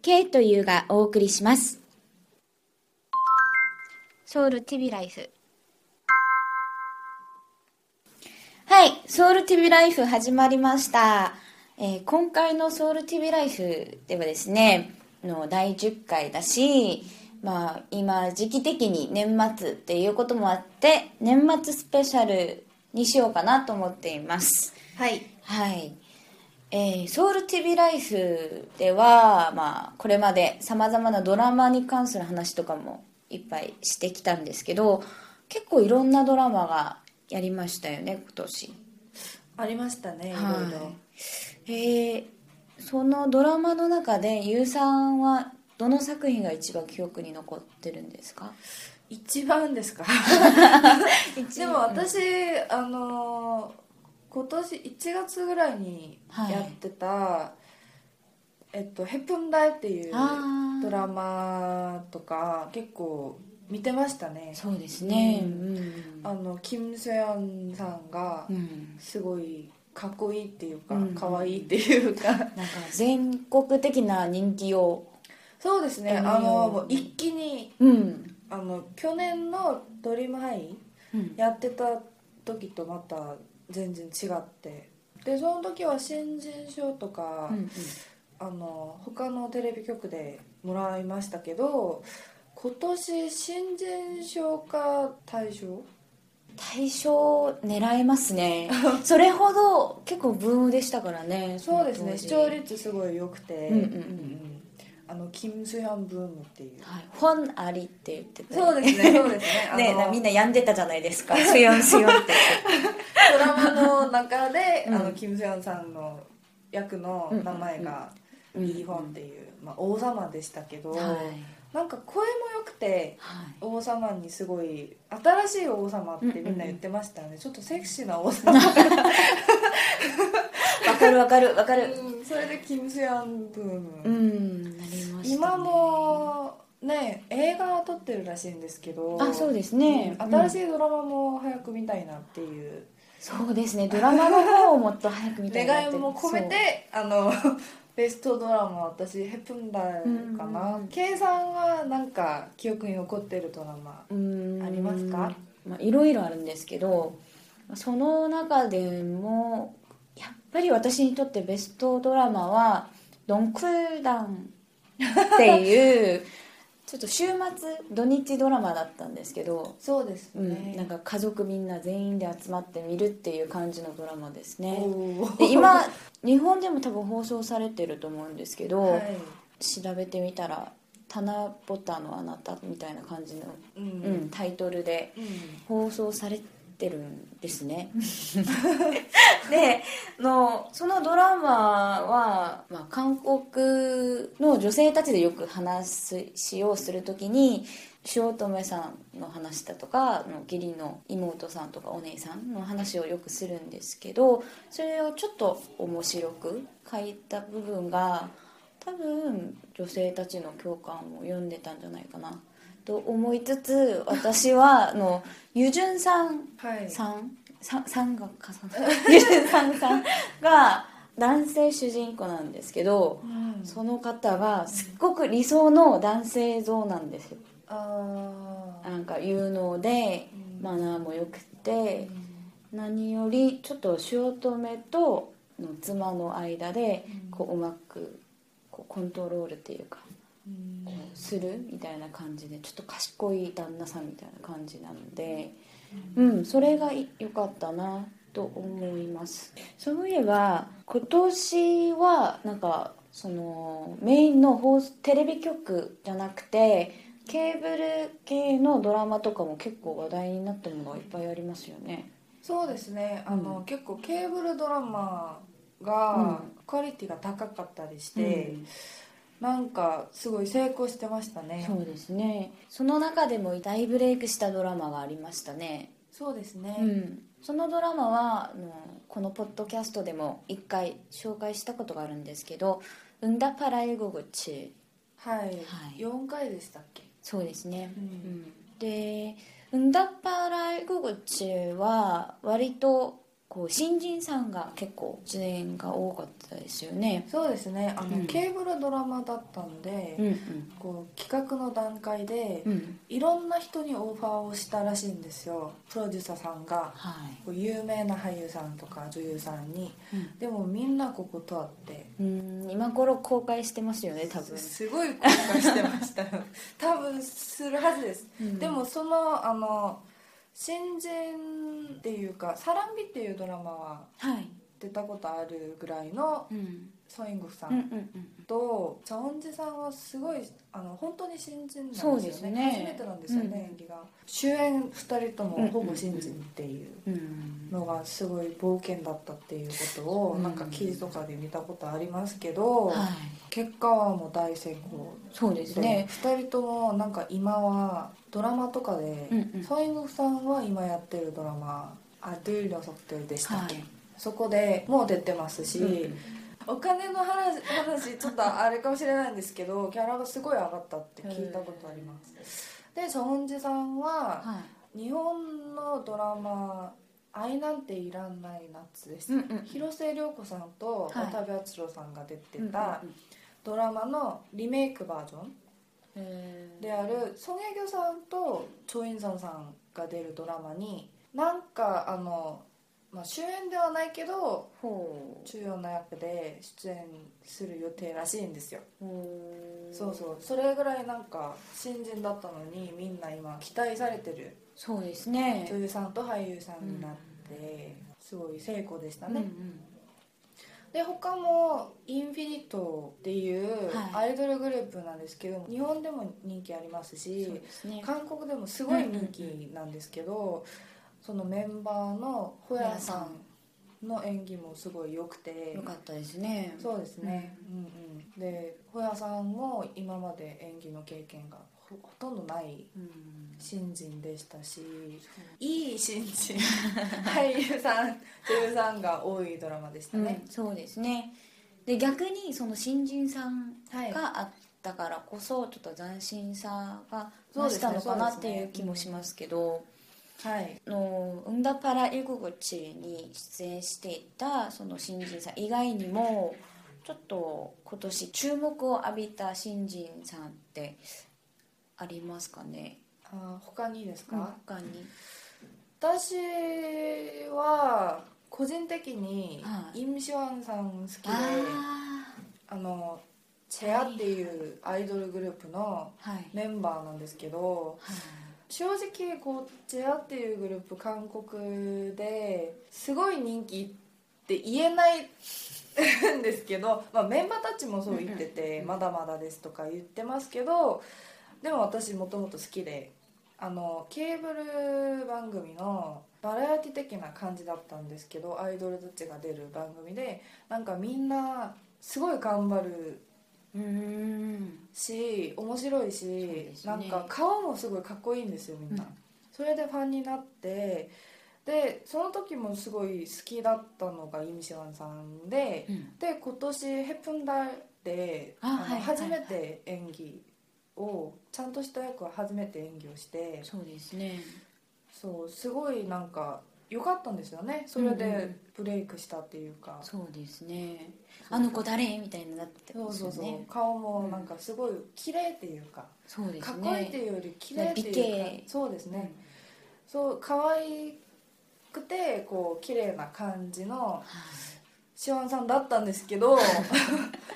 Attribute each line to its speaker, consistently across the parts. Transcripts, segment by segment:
Speaker 1: K というがお送りしますソウル TV ライフはいソウル TV ライフ始まりました、えー今回のソウル TV ライフではですねあの第10回だしまあ今時期的に年末っていうこともあって年末スペシャルにしようかなと思っています
Speaker 2: はい
Speaker 1: はい、えーソウル TV ライフでは、まあ、これまでさまざまなドラマに関する話とかもいっぱいしてきたんですけど結構いろんなドラマがやりましたよね今年
Speaker 2: ありましたねいろいろ、
Speaker 1: はい、えーそのドラマの中でゆうさんはどの作品が一番記憶に残ってるんですか
Speaker 2: 一番です か でも私、あのー今年1月ぐらいに
Speaker 1: はい
Speaker 2: やってた「えっと、ヘプンダイ」っていう
Speaker 1: あー
Speaker 2: ドラマとか結構見てましたね
Speaker 1: そうですね
Speaker 2: う
Speaker 1: うん
Speaker 2: あのキム・ソヨンさんが
Speaker 1: うん
Speaker 2: すごいかっこいいっていうか
Speaker 1: うん
Speaker 2: 可愛、いっていうか
Speaker 1: なんか全国的な人気を
Speaker 2: そうですねあのもう一気に
Speaker 1: うん、
Speaker 2: あの去年の「ドリームハイ」
Speaker 1: うん、
Speaker 2: やってた時とまた全然違ってでその時は新人賞とか、
Speaker 1: うん
Speaker 2: あの他のテレビ局でもらいましたけど今年新人賞か大賞
Speaker 1: 対象狙えますねそれほど結構ブームでしたからね
Speaker 2: そうですね
Speaker 1: 当時
Speaker 2: 視聴率すごい良くて、
Speaker 1: うんうんうん
Speaker 2: あのキム・スヒャンブームっていう
Speaker 1: はいファンありって言ってて
Speaker 2: そうですね そうですね
Speaker 1: ね
Speaker 2: あの
Speaker 1: なみんな病んでたじゃないですかすよんすよんって
Speaker 2: ドラマの中で、
Speaker 1: うん
Speaker 2: あのキム・ソヨンさんの役の名前が
Speaker 1: うんうんうん
Speaker 2: イ・ホンっていう、まあ、王様でしたけど、
Speaker 1: はい
Speaker 2: なんか声も良くて
Speaker 1: はい
Speaker 2: 王様にすごい新しい王様ってみんな言ってましたよね、ちょっとセクシーな王様、
Speaker 1: わかるわかるわかる
Speaker 2: うんそれでキム・ソヨンブーム、
Speaker 1: うんなりましたね
Speaker 2: 今もね映画撮ってるらしいんですけど
Speaker 1: あそうですね
Speaker 2: うん新し
Speaker 1: い
Speaker 2: いドラマも早く見たいなっていう
Speaker 1: そうですねドラマの方をもっと早く見たいなっ
Speaker 2: 願
Speaker 1: て
Speaker 2: いも込めてあの ベストドラマ私ヘプンダーか
Speaker 1: う
Speaker 2: なん計算はなんか記憶に残ってるドラマ
Speaker 1: うーん
Speaker 2: ありますか
Speaker 1: まあ、いろいろあるんですけどその中でもやっぱり私にとってベストドラマは「ドンクルダン」っていう ちょっと週末土日ドラマだったんですけど、
Speaker 2: そうです
Speaker 1: うん
Speaker 2: ね、
Speaker 1: なんか家族みんな全員で集まって見るっていう感じのドラマですね
Speaker 2: おー
Speaker 1: で今日本でも多分放送されてると思うんですけど、
Speaker 2: はい
Speaker 1: 調べてみたら「棚ぼたのあなた」みたいな感じの、
Speaker 2: うんう
Speaker 1: うん
Speaker 2: ん
Speaker 1: タイトルで放送されてるんです ねであのそのドラマは、まあ、韓国の女性たちでよく話しをするときに汐留さんの話だとかあの義理の妹さんとかお姉さんの話をよくするんですけどそれをちょっと面白く書いた部分が多分女性たちの共感を読んでたんじゃないかなと思いつつ私はあのユジュンさん
Speaker 2: はい
Speaker 1: さんさんさんがかさん ユジュンさんさんが男性主人公なんですけど
Speaker 2: うん
Speaker 1: その方がすっごく理想の男性像なんですよ
Speaker 2: あー
Speaker 1: なんか有能で
Speaker 2: うん
Speaker 1: マナーも良くて
Speaker 2: うん
Speaker 1: 何よりちょっと汐留との妻の間で
Speaker 2: うん
Speaker 1: こううまくこうコントロールっていうか
Speaker 2: うん
Speaker 1: こうするみたいな感じでちょっと賢い旦那さんみたいな感じなので、うん、それがい良かったなと思いますそういえば今年はなんかそのメインの放送テレビ局じゃなくてケーブル系のドラマとかも結構話題になったものがいっぱいありますよね
Speaker 2: そうですねあの、
Speaker 1: う
Speaker 2: 結構ケーブルドラマがクオリティが高かったりして、なんかすごい成功してましたね
Speaker 1: そうですねその中でも大ブレイクしたドラマがありましたね
Speaker 2: そうですね、
Speaker 1: うんそのドラマはあのこのポッドキャストでも一回紹介したことがあるんですけど「うんだパラ英語口
Speaker 2: はい、
Speaker 1: はい
Speaker 2: 四4回でしたっけ、」
Speaker 1: そうですねう
Speaker 2: う、
Speaker 1: んん、で「うんだパラ英語口」は割とこう新人さんが結構出演が多かったですよね
Speaker 2: そうですねあの、
Speaker 1: うん
Speaker 2: ケーブルドラマだったんで、
Speaker 1: うんうん
Speaker 2: こう企画の段階で、
Speaker 1: うん
Speaker 2: いろんな人にオファーをしたらしいんですよプロデューサーさんが
Speaker 1: はい
Speaker 2: こう有名な俳優さんとか女優さんに、
Speaker 1: うん
Speaker 2: でもみんなここ断って
Speaker 1: うん今頃公開してますよね多分、
Speaker 2: すごい後悔してま した多分するはずです、
Speaker 1: うん
Speaker 2: でもそのあの新人っていうか「サランビ」っていうドラマは
Speaker 1: はい、
Speaker 2: 出たことあるぐらいの
Speaker 1: うん、
Speaker 2: ソン・インゴフさ
Speaker 1: うんうんん
Speaker 2: とチャオンジさんはすごいあの本当に新人なんです
Speaker 1: そ
Speaker 2: よ
Speaker 1: う
Speaker 2: ね
Speaker 1: ですね
Speaker 2: 初めてなんですよね、
Speaker 1: うん
Speaker 2: 演技が主演2人と
Speaker 1: うんうん
Speaker 2: も
Speaker 1: うん
Speaker 2: ほぼ新人っていう
Speaker 1: うんうん
Speaker 2: のがすごい冒険だったっていうことを
Speaker 1: うん
Speaker 2: なんか記事とかで見たことありますけど、
Speaker 1: はい
Speaker 2: 結果はもう大成功
Speaker 1: そうで
Speaker 2: です
Speaker 1: ね
Speaker 2: 2人ともなんか今はドラマとかで、
Speaker 1: うんうん
Speaker 2: ソン・インゴフさんは今やってるドラマ「あドゥーの測定」でしたっけ、
Speaker 1: はい
Speaker 2: そこでもう出てますし、
Speaker 1: うん
Speaker 2: お金の話話ちょっとあれかもしれないんですけどギャラがすごい上がったって聞いたことありますでソンジさんは
Speaker 1: は
Speaker 2: 日本のドラマ「愛なんていらない夏」で
Speaker 1: い
Speaker 2: す、
Speaker 1: うんうん
Speaker 2: 広末涼子さんと
Speaker 1: はい
Speaker 2: 渡部篤郎さんが出て
Speaker 1: だ
Speaker 2: たドラマのリメイクバージョンであるソン・エギョさんとチョ・インザンさんが出るドラマになんかあの、まあ、主演ではないけど
Speaker 1: ほ
Speaker 2: 重要な役で出演する予定らしいんですよ
Speaker 1: うほう
Speaker 2: そうそうそれぐらいなんか新人だったのにみんな今期待されてる
Speaker 1: そうですね
Speaker 2: 女優さんと俳優さんになってすごい成功でした
Speaker 1: うんう
Speaker 2: ね、
Speaker 1: ん
Speaker 2: で他もインフィニトっていう
Speaker 1: は
Speaker 2: アイドルグループなんですけど、日本でも人気あります
Speaker 1: そう
Speaker 2: し
Speaker 1: ですね
Speaker 2: 韓国でもすごい人気なんですけど、そのメンバーのホヤさんの演技もすごい良くて
Speaker 1: よかったですね
Speaker 2: そうですね、うんうん、でホヤさんも今まで演技の経験がほほとんどない
Speaker 1: うん
Speaker 2: 新人でしたしいい新人俳優さん女優さんが多いドラマでした
Speaker 1: うん
Speaker 2: ね、
Speaker 1: そうですねで逆にその新人さん
Speaker 2: はい
Speaker 1: があったからこそちょっと斬新さが
Speaker 2: そう
Speaker 1: 増
Speaker 2: です
Speaker 1: し
Speaker 2: ね
Speaker 1: たのかなっ
Speaker 2: そう
Speaker 1: て
Speaker 2: です
Speaker 1: い
Speaker 2: ね
Speaker 1: う気もしますけど
Speaker 2: はい
Speaker 1: あの「うんだパラ英語口」に出演していたその新人さん以外にもちょっと今年注目を浴びた新人さんってありますかね
Speaker 2: あ他にですか、
Speaker 1: 他に
Speaker 2: 私は個人的に
Speaker 1: はい
Speaker 2: イムシワンさん好きで、
Speaker 1: あ
Speaker 2: あのチェアっていうアイドルグループの
Speaker 1: あはい
Speaker 2: メンバーなんですけど正直こうジェアっていうグループ韓国ですごい人気って言えないんですけど、 まあ、メンバーたちもそう言ってて「まだまだです」とか言ってますけどでも私もともと好きであのケーブル番組のバラエティ的な感じだったんですけどアイドルたちが出る番組でなんかみんなすごい頑張る
Speaker 1: うーん
Speaker 2: し面白いし、
Speaker 1: ですね
Speaker 2: なんか顔もすごいかっこいいんですよみんな、
Speaker 1: うん
Speaker 2: それでファンになってでその時もすごい好きだったのがイミシワンさんで
Speaker 1: うん
Speaker 2: で今年ヘプンダで
Speaker 1: あ
Speaker 2: あの
Speaker 1: はい
Speaker 2: 初め
Speaker 1: はい
Speaker 2: て演技をちゃんとした役は初めて演技をして
Speaker 1: そうですね
Speaker 2: そうすごいなんか良かったんですよねそれ
Speaker 1: うんうんう
Speaker 2: で
Speaker 1: ん
Speaker 2: ブレイクしたっていうか、
Speaker 1: そうですねあの子誰みたいになって
Speaker 2: そう
Speaker 1: ます
Speaker 2: そ
Speaker 1: よ
Speaker 2: うそう、
Speaker 1: ね
Speaker 2: 顔もなんかすごい綺麗っていうか
Speaker 1: そうです
Speaker 2: か
Speaker 1: ね
Speaker 2: っこいいっていうより綺麗っていうか
Speaker 1: 美形
Speaker 2: そうです
Speaker 1: うん
Speaker 2: ね、そう可愛くてこう綺麗な感じの
Speaker 1: はい
Speaker 2: シオンさんだったんですけど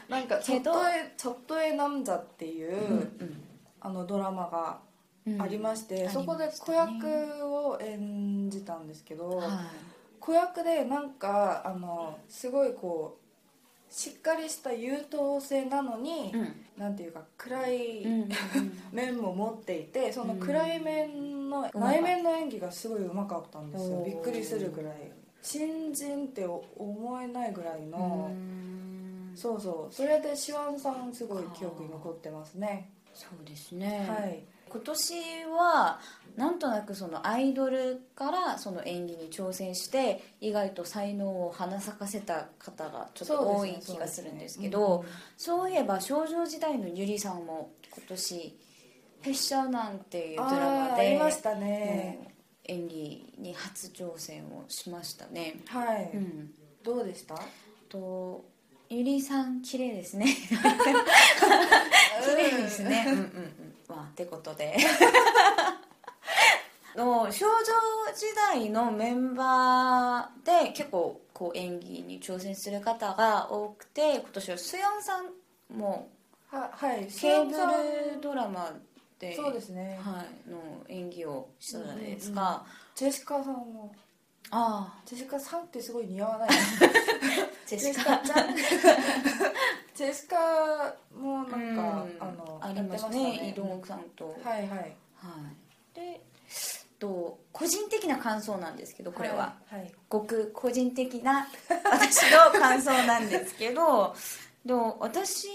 Speaker 2: なんか「ちょ
Speaker 1: け
Speaker 2: っ
Speaker 1: ど
Speaker 2: とえちょっとえなんじゃ」っていう、
Speaker 1: うん
Speaker 2: あのドラマが
Speaker 1: うん
Speaker 2: ありまして、
Speaker 1: うん
Speaker 2: そこ
Speaker 1: あり
Speaker 2: で
Speaker 1: ました
Speaker 2: 子
Speaker 1: ね
Speaker 2: 役を演じたんですけど、
Speaker 1: は
Speaker 2: 子役でなんかあのすごいこうしっかりした優等生なのに、
Speaker 1: うん
Speaker 2: なんていうか暗 い
Speaker 1: うん
Speaker 2: 面も持っていてその暗い面の
Speaker 1: うん
Speaker 2: 内面の演技がすごいうまかったんですよ
Speaker 1: おー
Speaker 2: びっくりするぐらい新人って思えないぐらいの、
Speaker 1: うん
Speaker 2: そうそうそれでシワンさんすごい記憶に残ってますね
Speaker 1: そうですね、
Speaker 2: はい
Speaker 1: 今年はなんとなくそのアイドルからその演技に挑戦して意外と才能を花咲かせた方がちょっと多い気がするんですけどそういえば少女時代のゆりさんも今年「ペッシャーなんていうド
Speaker 2: あ
Speaker 1: ラ
Speaker 2: ー
Speaker 1: マ
Speaker 2: あり
Speaker 1: で
Speaker 2: ましたね、
Speaker 1: もう演技に初挑戦をしましたね。
Speaker 2: はい、
Speaker 1: うん、
Speaker 2: どうでした
Speaker 1: とゆりさん綺麗ですね綺麗ですねうんうんうんまあってことでの少女時代のメンバーで結構こう演技に挑戦する方が多くて今年はスヨンさんも
Speaker 2: ははい
Speaker 1: ケーブ
Speaker 2: さん
Speaker 1: ルドラマで
Speaker 2: そうですね、
Speaker 1: はい、の演技をしたじゃないですか、
Speaker 2: ジェシカさんも
Speaker 1: ああ
Speaker 2: ジェシカさんってすごい似合わない
Speaker 1: ジェ
Speaker 2: ジェ
Speaker 1: シ
Speaker 2: シ
Speaker 1: カ
Speaker 2: カち ゃんジェシカもなんか、
Speaker 1: うん
Speaker 2: あの
Speaker 1: ありました
Speaker 2: やっ
Speaker 1: ね
Speaker 2: て
Speaker 1: イ・ドンウクさんと、
Speaker 2: はいはい
Speaker 1: はい、でと個人的な感想なんですけどこれは、
Speaker 2: いはい
Speaker 1: ごく個人的な 私の感想なんですけどと私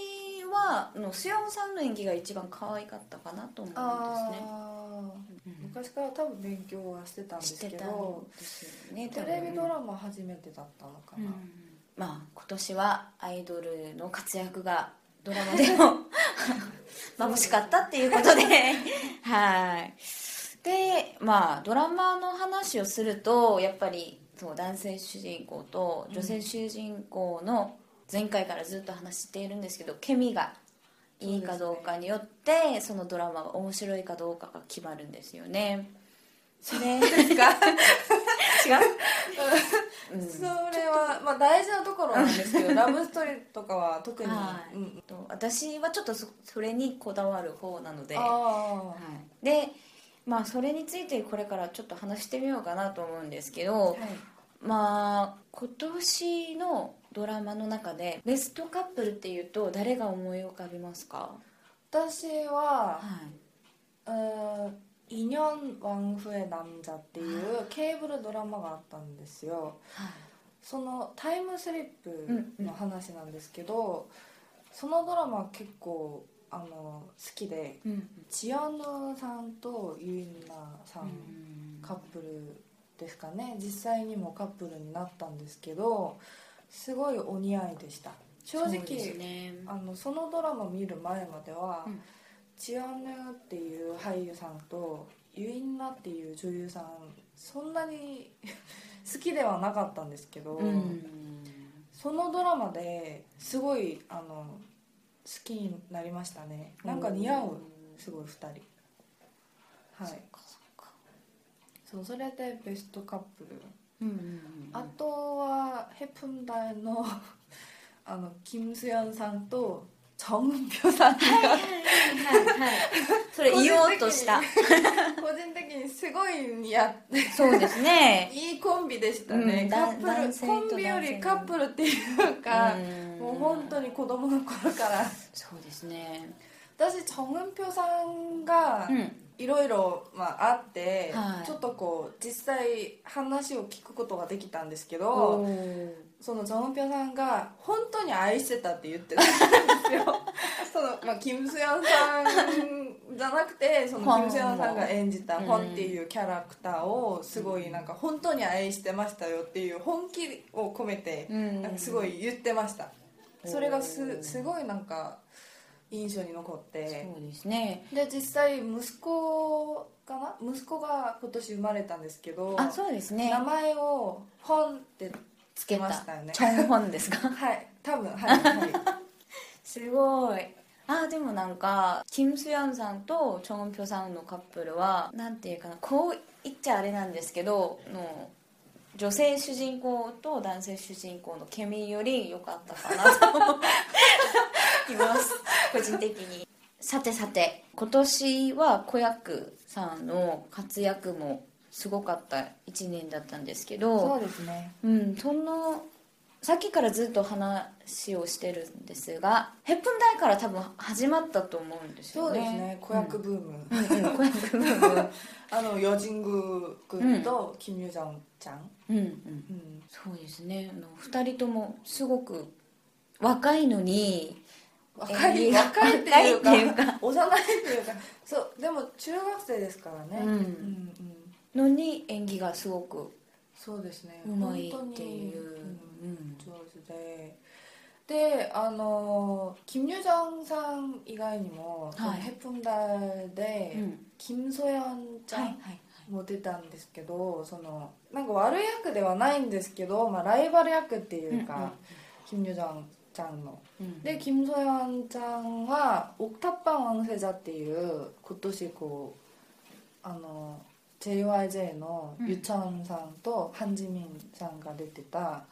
Speaker 1: はあのスヨンさんの演技が一番可愛かったかなと思うんですね。
Speaker 2: あー
Speaker 1: うん
Speaker 2: 昔から多分勉強はしてたんで
Speaker 1: 知
Speaker 2: す
Speaker 1: って
Speaker 2: け
Speaker 1: た
Speaker 2: ど
Speaker 1: んですよね
Speaker 2: テ
Speaker 1: 多分
Speaker 2: レビドラマ初めてだったのか
Speaker 1: う
Speaker 2: な、
Speaker 1: んまあ今年はアイドルの活躍 がドラマでも眩しかったっていうことで はいでまあドラマの話をするとやっぱりそう男性主人公と女性主人公の前回からずっと話しているんですけどケミがいいかどうかによってそ,、のドラマが面白いかどうかが決まるんですよねそれです か違う、うん
Speaker 2: それは、まあ、大事なところなんです けどラブストーリーとかは特に、
Speaker 1: はい
Speaker 2: うん、
Speaker 1: と私はちょっとそそれにこだわる方なので、は
Speaker 2: あ
Speaker 1: い、でまあそれについてこれからちょっと話してみようかなと思うんですけ
Speaker 2: あ、
Speaker 1: ど
Speaker 2: はい、
Speaker 1: まあ今年のドラマの中でベストカップルっていうと誰が思い浮かびますか
Speaker 2: 私は
Speaker 1: はい
Speaker 2: 어2년 왕후의 남자 っていうケーブルドラマがあったんですよ
Speaker 1: はい
Speaker 2: そのタイムスリップの話なんですけど、そのドラマ結構あの好きで
Speaker 1: うん
Speaker 2: ジアノさんとユイナさ
Speaker 1: うんん
Speaker 2: カップルですかね実際にもカップルになったんですけどすごいお似合いでした正
Speaker 1: そうで
Speaker 2: 直
Speaker 1: すね
Speaker 2: あのそのドラマ見る前までは、
Speaker 1: うん
Speaker 2: チアヌっていう俳優さんとユインナっていう女優さんそんなに 好きではなかったんですけど、
Speaker 1: うん
Speaker 2: そのドラマですごいあの好きになりましたねなんか似合うすごい2人は
Speaker 1: そっ
Speaker 2: い
Speaker 1: かそっか
Speaker 2: そうそれでベストカップル
Speaker 1: うんうんうん
Speaker 2: あとはヘプンダイの あの金スヨンさんとチョンピョさん
Speaker 1: はいはいはい はいそれ言おうとした
Speaker 2: 個人的にすごい似合って
Speaker 1: そうですね
Speaker 2: いいコンビでしたね、
Speaker 1: うん
Speaker 2: カ
Speaker 1: だ男
Speaker 2: ップ
Speaker 1: 性
Speaker 2: ル
Speaker 1: と
Speaker 2: コンビよりカップルっていうか、
Speaker 1: うん
Speaker 2: もう本当に子供の頃から
Speaker 1: そうですね
Speaker 2: 私정은표さんが
Speaker 1: うん
Speaker 2: いろいろあって、
Speaker 1: はい
Speaker 2: ちょっとこう実際話を聞くことができたんですけ
Speaker 1: お
Speaker 2: ど、
Speaker 1: ー
Speaker 2: その정은표さんが本当に愛してたって言ってたんですよ その、まあ、キム・スヨンさんじゃなくてそのキム・スヨンさんが演じた
Speaker 1: うん
Speaker 2: ホンっていうキャラクターをすごいなんか本当に愛してましたよっていう本気を込めて
Speaker 1: うん
Speaker 2: なんかすごい言ってました
Speaker 1: うん
Speaker 2: それがすすごいなんか印象に残って
Speaker 1: そうですね
Speaker 2: で実際息子かな息子が今年生まれたんですけど
Speaker 1: あそうですね
Speaker 2: 名前をホンって
Speaker 1: つけ
Speaker 2: ま
Speaker 1: た
Speaker 2: したよね
Speaker 1: チョンホンです か
Speaker 2: はい多分はい はい
Speaker 1: すごいあでもなんかキム・スヨンさんとチョンピョさんのカップルはなんていうかなこう言っちゃあれなんですけどの女性主人公と男性主人公のケミより良かったかなと思います個人的にさてさて今年は子役さんの活躍もすごかった1年だったんですけ
Speaker 2: そ
Speaker 1: ど
Speaker 2: うですね
Speaker 1: うんそのさっきからずっと話をしてるんですがヘップン大から多分始まったと思うんです
Speaker 2: そ
Speaker 1: よ
Speaker 2: う
Speaker 1: ね
Speaker 2: ですね子役ブーム、
Speaker 1: うんうん子役ブーム
Speaker 2: あのヨジング君とキム・ユジョンちゃん、
Speaker 1: うんうん
Speaker 2: うん、
Speaker 1: そうですねあの2人ともすごく若いのに
Speaker 2: 若
Speaker 1: え
Speaker 2: い
Speaker 1: ー
Speaker 2: 若いっていうか
Speaker 1: 若いっていう
Speaker 2: 幼いっていうかそうでも中学生ですからね、
Speaker 1: うん
Speaker 2: うん
Speaker 1: のに演技がすごく
Speaker 2: そうですね
Speaker 1: うまいっていう、
Speaker 2: 本当に
Speaker 1: うん
Speaker 2: 上手でであの金友正さん以外にも、その
Speaker 1: はい
Speaker 2: ヘップンダルで、
Speaker 1: うん
Speaker 2: 金ソヤンちゃん、
Speaker 1: はい
Speaker 2: も出たんですけどそのなんか悪い役ではないんですけど、まあ、ライバル役っていうか、
Speaker 1: うんうん
Speaker 2: 金与正ちゃんの
Speaker 1: うん
Speaker 2: で金ソヤンちゃんは「옥탑방 왕세자」っていう今年こうあの JYJ の
Speaker 1: うん
Speaker 2: ユチャンさんとハンジミンさんが出てた
Speaker 1: はい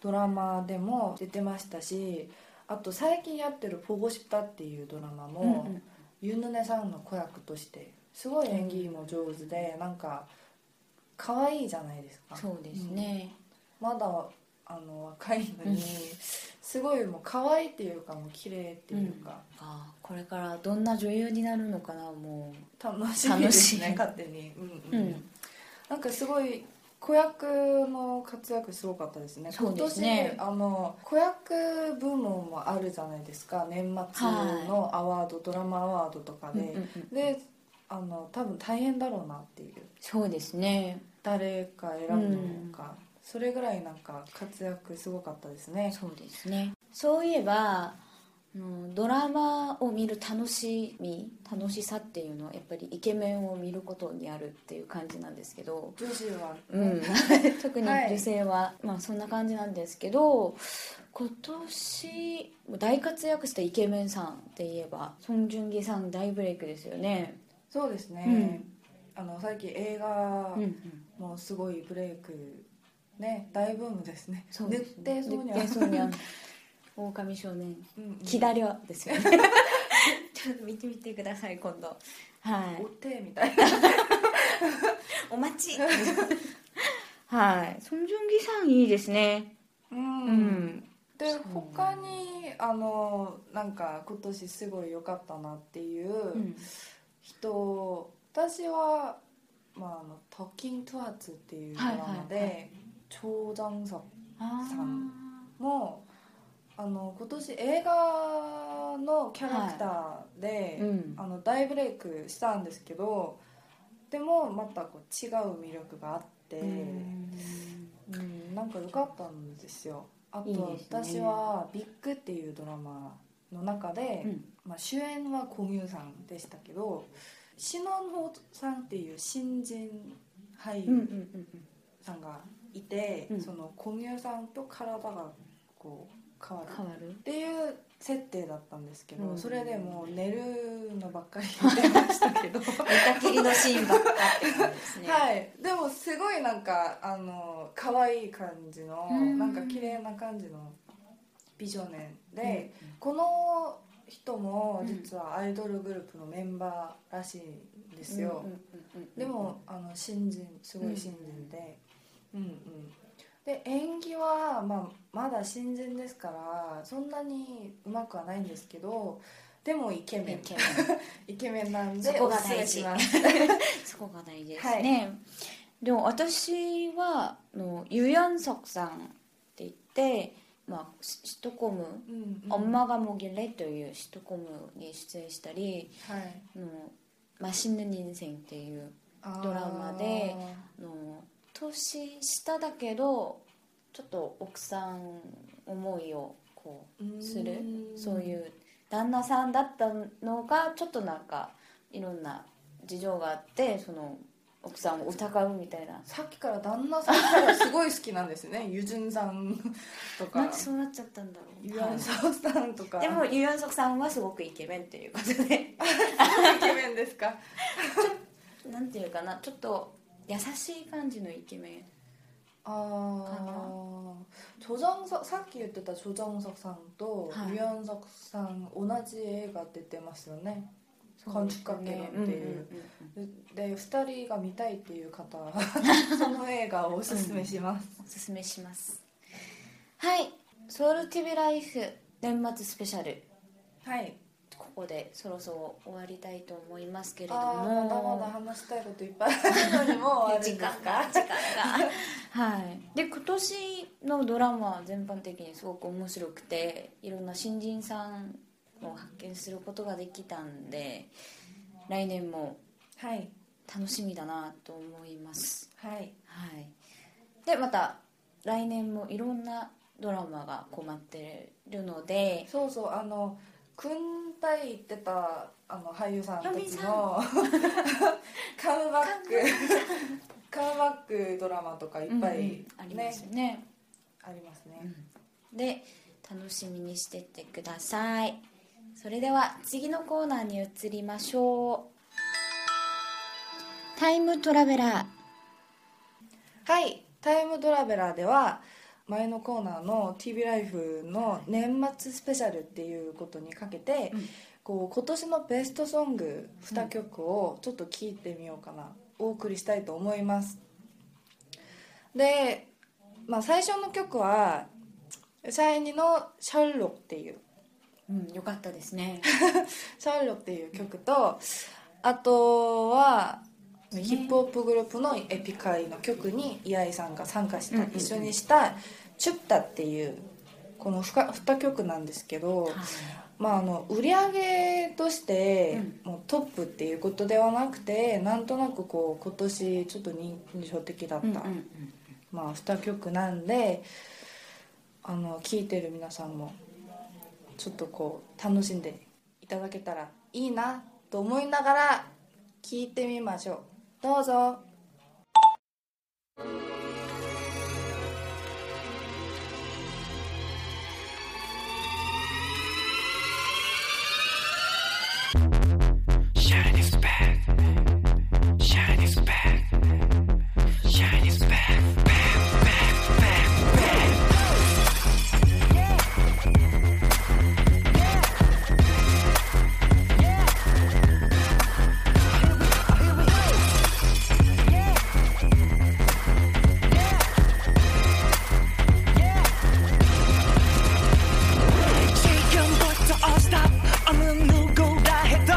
Speaker 2: ドラマでも出てましたしあと最近やってる「보고싶다」っていうドラマも、
Speaker 1: うんうん
Speaker 2: ユヌネさんの子役としてすごい演技も上手でなんか可愛いじゃないですか
Speaker 1: そうですね、
Speaker 2: まだあの若いの
Speaker 1: うん
Speaker 2: にすごいもう可愛いっていうかもう綺麗っていうか、
Speaker 1: あーこれからどんな女優になるのかなも
Speaker 2: 楽しみですね
Speaker 1: 楽
Speaker 2: 勝手に、う
Speaker 1: う、
Speaker 2: ん
Speaker 1: う
Speaker 2: うん
Speaker 1: ん、
Speaker 2: なんかすごい子役の活躍すごかったですね
Speaker 1: そうですね
Speaker 2: 今年あの子役部門もあるじゃないですか年末のアワード、ドラマアワードとか
Speaker 1: うんう
Speaker 2: で、
Speaker 1: んうん
Speaker 2: であの多分大変だろうなっていう
Speaker 1: そうですね
Speaker 2: 誰か選ぶのか、それぐらいなんか活躍すごかったですね
Speaker 1: そうですねそういえばあのドラマを見る楽しみ楽しさっていうのはやっぱりイケメンを見ることにあるっていう感じなんですけど
Speaker 2: 女子は、
Speaker 1: うん、 特に
Speaker 2: はい
Speaker 1: 女性は、まあ、そんな感じなんですけど今年大活躍したイケメンさんって言えばソン・ジュンギさん大ブレイクですよね、
Speaker 2: そうですね、あの最近映画
Speaker 1: うんうん、
Speaker 2: もすごいブレイクね大ブームですね
Speaker 1: そう
Speaker 2: 塗っ
Speaker 1: ですね
Speaker 2: て そうにゃ
Speaker 1: 塗ってそうにゃ 狼少年
Speaker 2: うんうん
Speaker 1: キダリョですよね ちょっと見てみてください今度はい
Speaker 2: お手みたいな
Speaker 1: お待ち はいソン・ジュンギさんいいですね
Speaker 2: う、
Speaker 1: うんん
Speaker 2: で
Speaker 1: そう
Speaker 2: 他にあのなんか今年すごい良かったなっていう、
Speaker 1: うん
Speaker 2: 人私は、まあ、あの「トッキン・トゥアーツ」っていうドラマ
Speaker 1: はいはいは
Speaker 2: で長山作
Speaker 1: あ
Speaker 2: さんもあの今年映画のキャラクターで、
Speaker 1: ーうん
Speaker 2: あの大ブレイクしたんですけどでもまたこう違う魅力があって、
Speaker 1: うん
Speaker 2: うんなんか良かったんですよあと
Speaker 1: いいですね
Speaker 2: 私は「ビッグ」っていうドラマの中で、
Speaker 1: うん
Speaker 2: まあ、主演はコミュさんでしたけどシノンホさんっていう新人俳
Speaker 1: うんうん
Speaker 2: 優
Speaker 1: うんうん
Speaker 2: さんがいて、
Speaker 1: うん
Speaker 2: そのコミュさんと体がこう変わる
Speaker 1: 変わる
Speaker 2: っていう設定だったんですけど、
Speaker 1: うん
Speaker 2: それでもう寝るのばっかりしてましたけど
Speaker 1: 寝たきりのシーンばっかって感じですね
Speaker 2: はい、でもすごいなんかあの可愛い感じの
Speaker 1: うん
Speaker 2: なんか綺麗な感じの美少年で、この人も実はアイドルグループのメンバーらしいんですよ、
Speaker 1: うんうんうんうん
Speaker 2: でもあの新人すごい新人で、うんうんで演技は、まあ、まだ新人ですからそんなにうまくはないんですけどでもイケメン
Speaker 1: イケメン
Speaker 2: イケメンなんで
Speaker 1: そこが
Speaker 2: おすすめ
Speaker 1: 大事
Speaker 2: します
Speaker 1: そこが大事ですね、でも私はあのユヤンソクさんって言って、まあ、シシトコム「
Speaker 2: うんうん
Speaker 1: 엄마가먹일래」というシトコムに出演したり
Speaker 2: はい
Speaker 1: 「あの맛있는人生」っていうド
Speaker 2: ド
Speaker 1: ラマであの年下だけどちょっと奥さん思いをこうするそういうう旦那さんだったのがちょっとなんかいろんな事情があってその奥さんを疑うみたいな
Speaker 2: さっきから旦那さんがすごい好きなんですね ユジュンさんと
Speaker 1: なん
Speaker 2: か
Speaker 1: でそうなっちゃったんだろう
Speaker 2: ユアンサオさんとか
Speaker 1: でもユヨンソクさんはすごくイケメンっていうことで
Speaker 2: イケメンで すか
Speaker 1: なんていうかなちょっと優しい感じのイケメか
Speaker 2: ああ조정석さっき言ってた조정석さんと
Speaker 1: はい
Speaker 2: 유연석さん同じ映画出てますよね
Speaker 1: ン
Speaker 2: 건축関係なんていう、
Speaker 1: うんうんうん
Speaker 2: で2人が見たいってい う方その映画をおすすめします、
Speaker 1: おすすめしますはいソウル TV ライフ年末スペシャル
Speaker 2: はい
Speaker 1: ここでそろそろ終わりたいと思いますけれど
Speaker 2: ああまだまだ
Speaker 1: も
Speaker 2: 話したいこといっぱいあるのにもう終わるんで す
Speaker 1: 時間が時間がはいで今年のドラマは全般的にすごく面白くていろんな新人さんを発見することができたんで来年も
Speaker 2: はい
Speaker 1: 楽しみだなと思います
Speaker 2: はい
Speaker 1: はいでまた来年もいろんなドラマが困ってるので
Speaker 2: そうそうあの軍隊行ってたあの俳優さんた
Speaker 1: ヒョンビン
Speaker 2: ち
Speaker 1: さん
Speaker 2: のカムバックカムバックドラマとかいっぱい、
Speaker 1: うんう
Speaker 2: ね
Speaker 1: んありますよね
Speaker 2: ありますね、
Speaker 1: で楽しみにしてってくださいそれでは次のコーナーに移りましょうタイムトラベラ
Speaker 2: はい「タイムトラベラー」では前のコーナーの TV ライフの年末スペシャルっていうことにかけて、
Speaker 1: うん
Speaker 2: こう今年のベストソング2曲をちょっと聴いてみようかな、お送りしたいと思いますで、まあ、最初の曲はシャイニの「シャルロっていう
Speaker 1: ーうんよかったですね
Speaker 2: シャルロっていう曲とあとはヒップホップグループのエピ会の曲にイアイさんが参加した、
Speaker 1: うんうんうん
Speaker 2: 一緒にした「チュッタ」っていうこの 2, 曲なんですけど、まあ、あの売り上げとしてもうトップっていうことではなくてなんとなくこう今年ちょっと印象的だった、
Speaker 1: うんうんうん
Speaker 2: まあ、2曲なんであの聴いてる皆さんもちょっとこう楽しんでいただけたらいいなと思いながら聴いてみましょうどうぞ
Speaker 3: 지금부터 all stop 어느 누구라 해도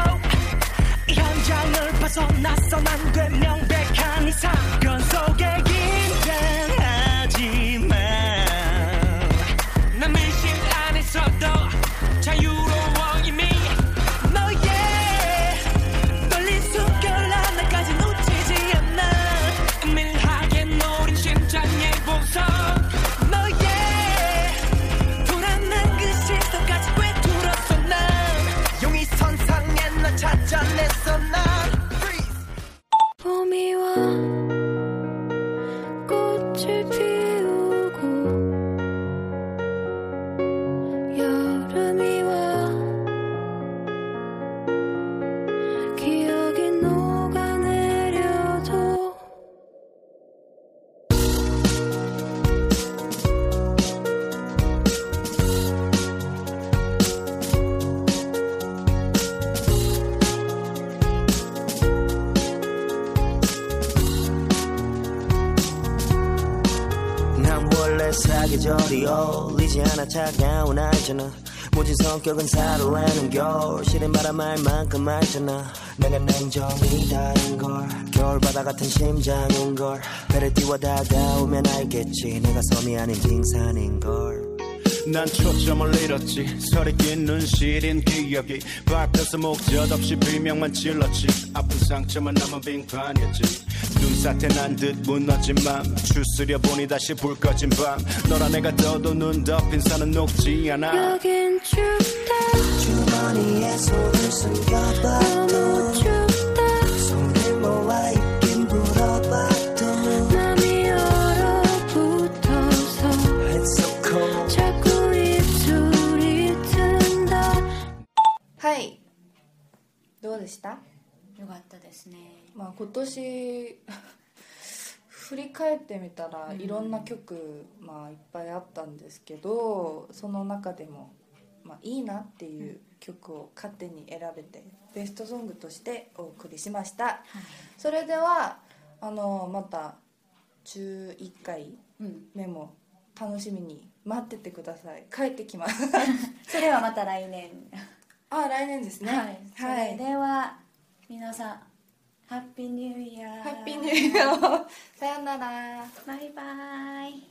Speaker 3: 이 현장을 벗어나선 안돼 명백한 이상 건 속에 긴장하지만 난 미신 안에서도 자유로워 이미 너의 떨린 숨결 하나까지 놓치지 않아 은밀하게 노린 심장의 보석 너의 불안한 그 시선까지 꿰뚫었어 난 용이 선상에 널 찾아냈어 난 Freeze
Speaker 4: 봄이와 꽃을 피우고 여름이와 기억이 녹아내려도
Speaker 5: 난 원래 사계절이 어울리지 않아 차가운 알잖아 모진 성격은 살아라는 겨 싫은 바람 할 만큼 알잖아 내가 냉정이 다른 걸 겨울바다 같은 심장인 걸 배를 띄워 다가오면 알겠지 내가 섬이 아닌 빙산인 걸
Speaker 6: 난 초점을 잃었지 서리 끼는 시린 기억이 밟혀서 목젖없이 비명만 질렀지 아픈 상처만 남은 빙판이었지 눈사태 난 듯 무너진 맘 추스려 보니 다시 불 꺼진 밤 너라 내가 떠도 눈 덮인 산은 녹지 않아
Speaker 4: 여긴 춥다
Speaker 5: 주머니에 손을
Speaker 4: 너무
Speaker 5: 숨겨봐도
Speaker 4: 춥다
Speaker 5: 손을 모아 입긴 불어봐도
Speaker 4: 맘이 얼어붙어서
Speaker 5: It's so cold
Speaker 4: 자꾸 입술이 튼다
Speaker 2: はいどうでした、
Speaker 1: よかったですね
Speaker 2: まあ、今年振り返ってみたらいろんな曲、まあ、いっぱいあったんですけどその中でも、まあ、いいなっていう曲を勝手に選べてベストソングとしてお送りしました、それではあのまた11回
Speaker 1: うん、
Speaker 2: 目も楽しみに待っててください帰ってきます
Speaker 1: それはまた来年
Speaker 2: あ来年ですね
Speaker 1: はい、
Speaker 2: は
Speaker 1: それ
Speaker 2: い、
Speaker 1: では皆さんハッピーニューイヤー
Speaker 2: ハッピーニューイヤーさよなら
Speaker 1: バイバイ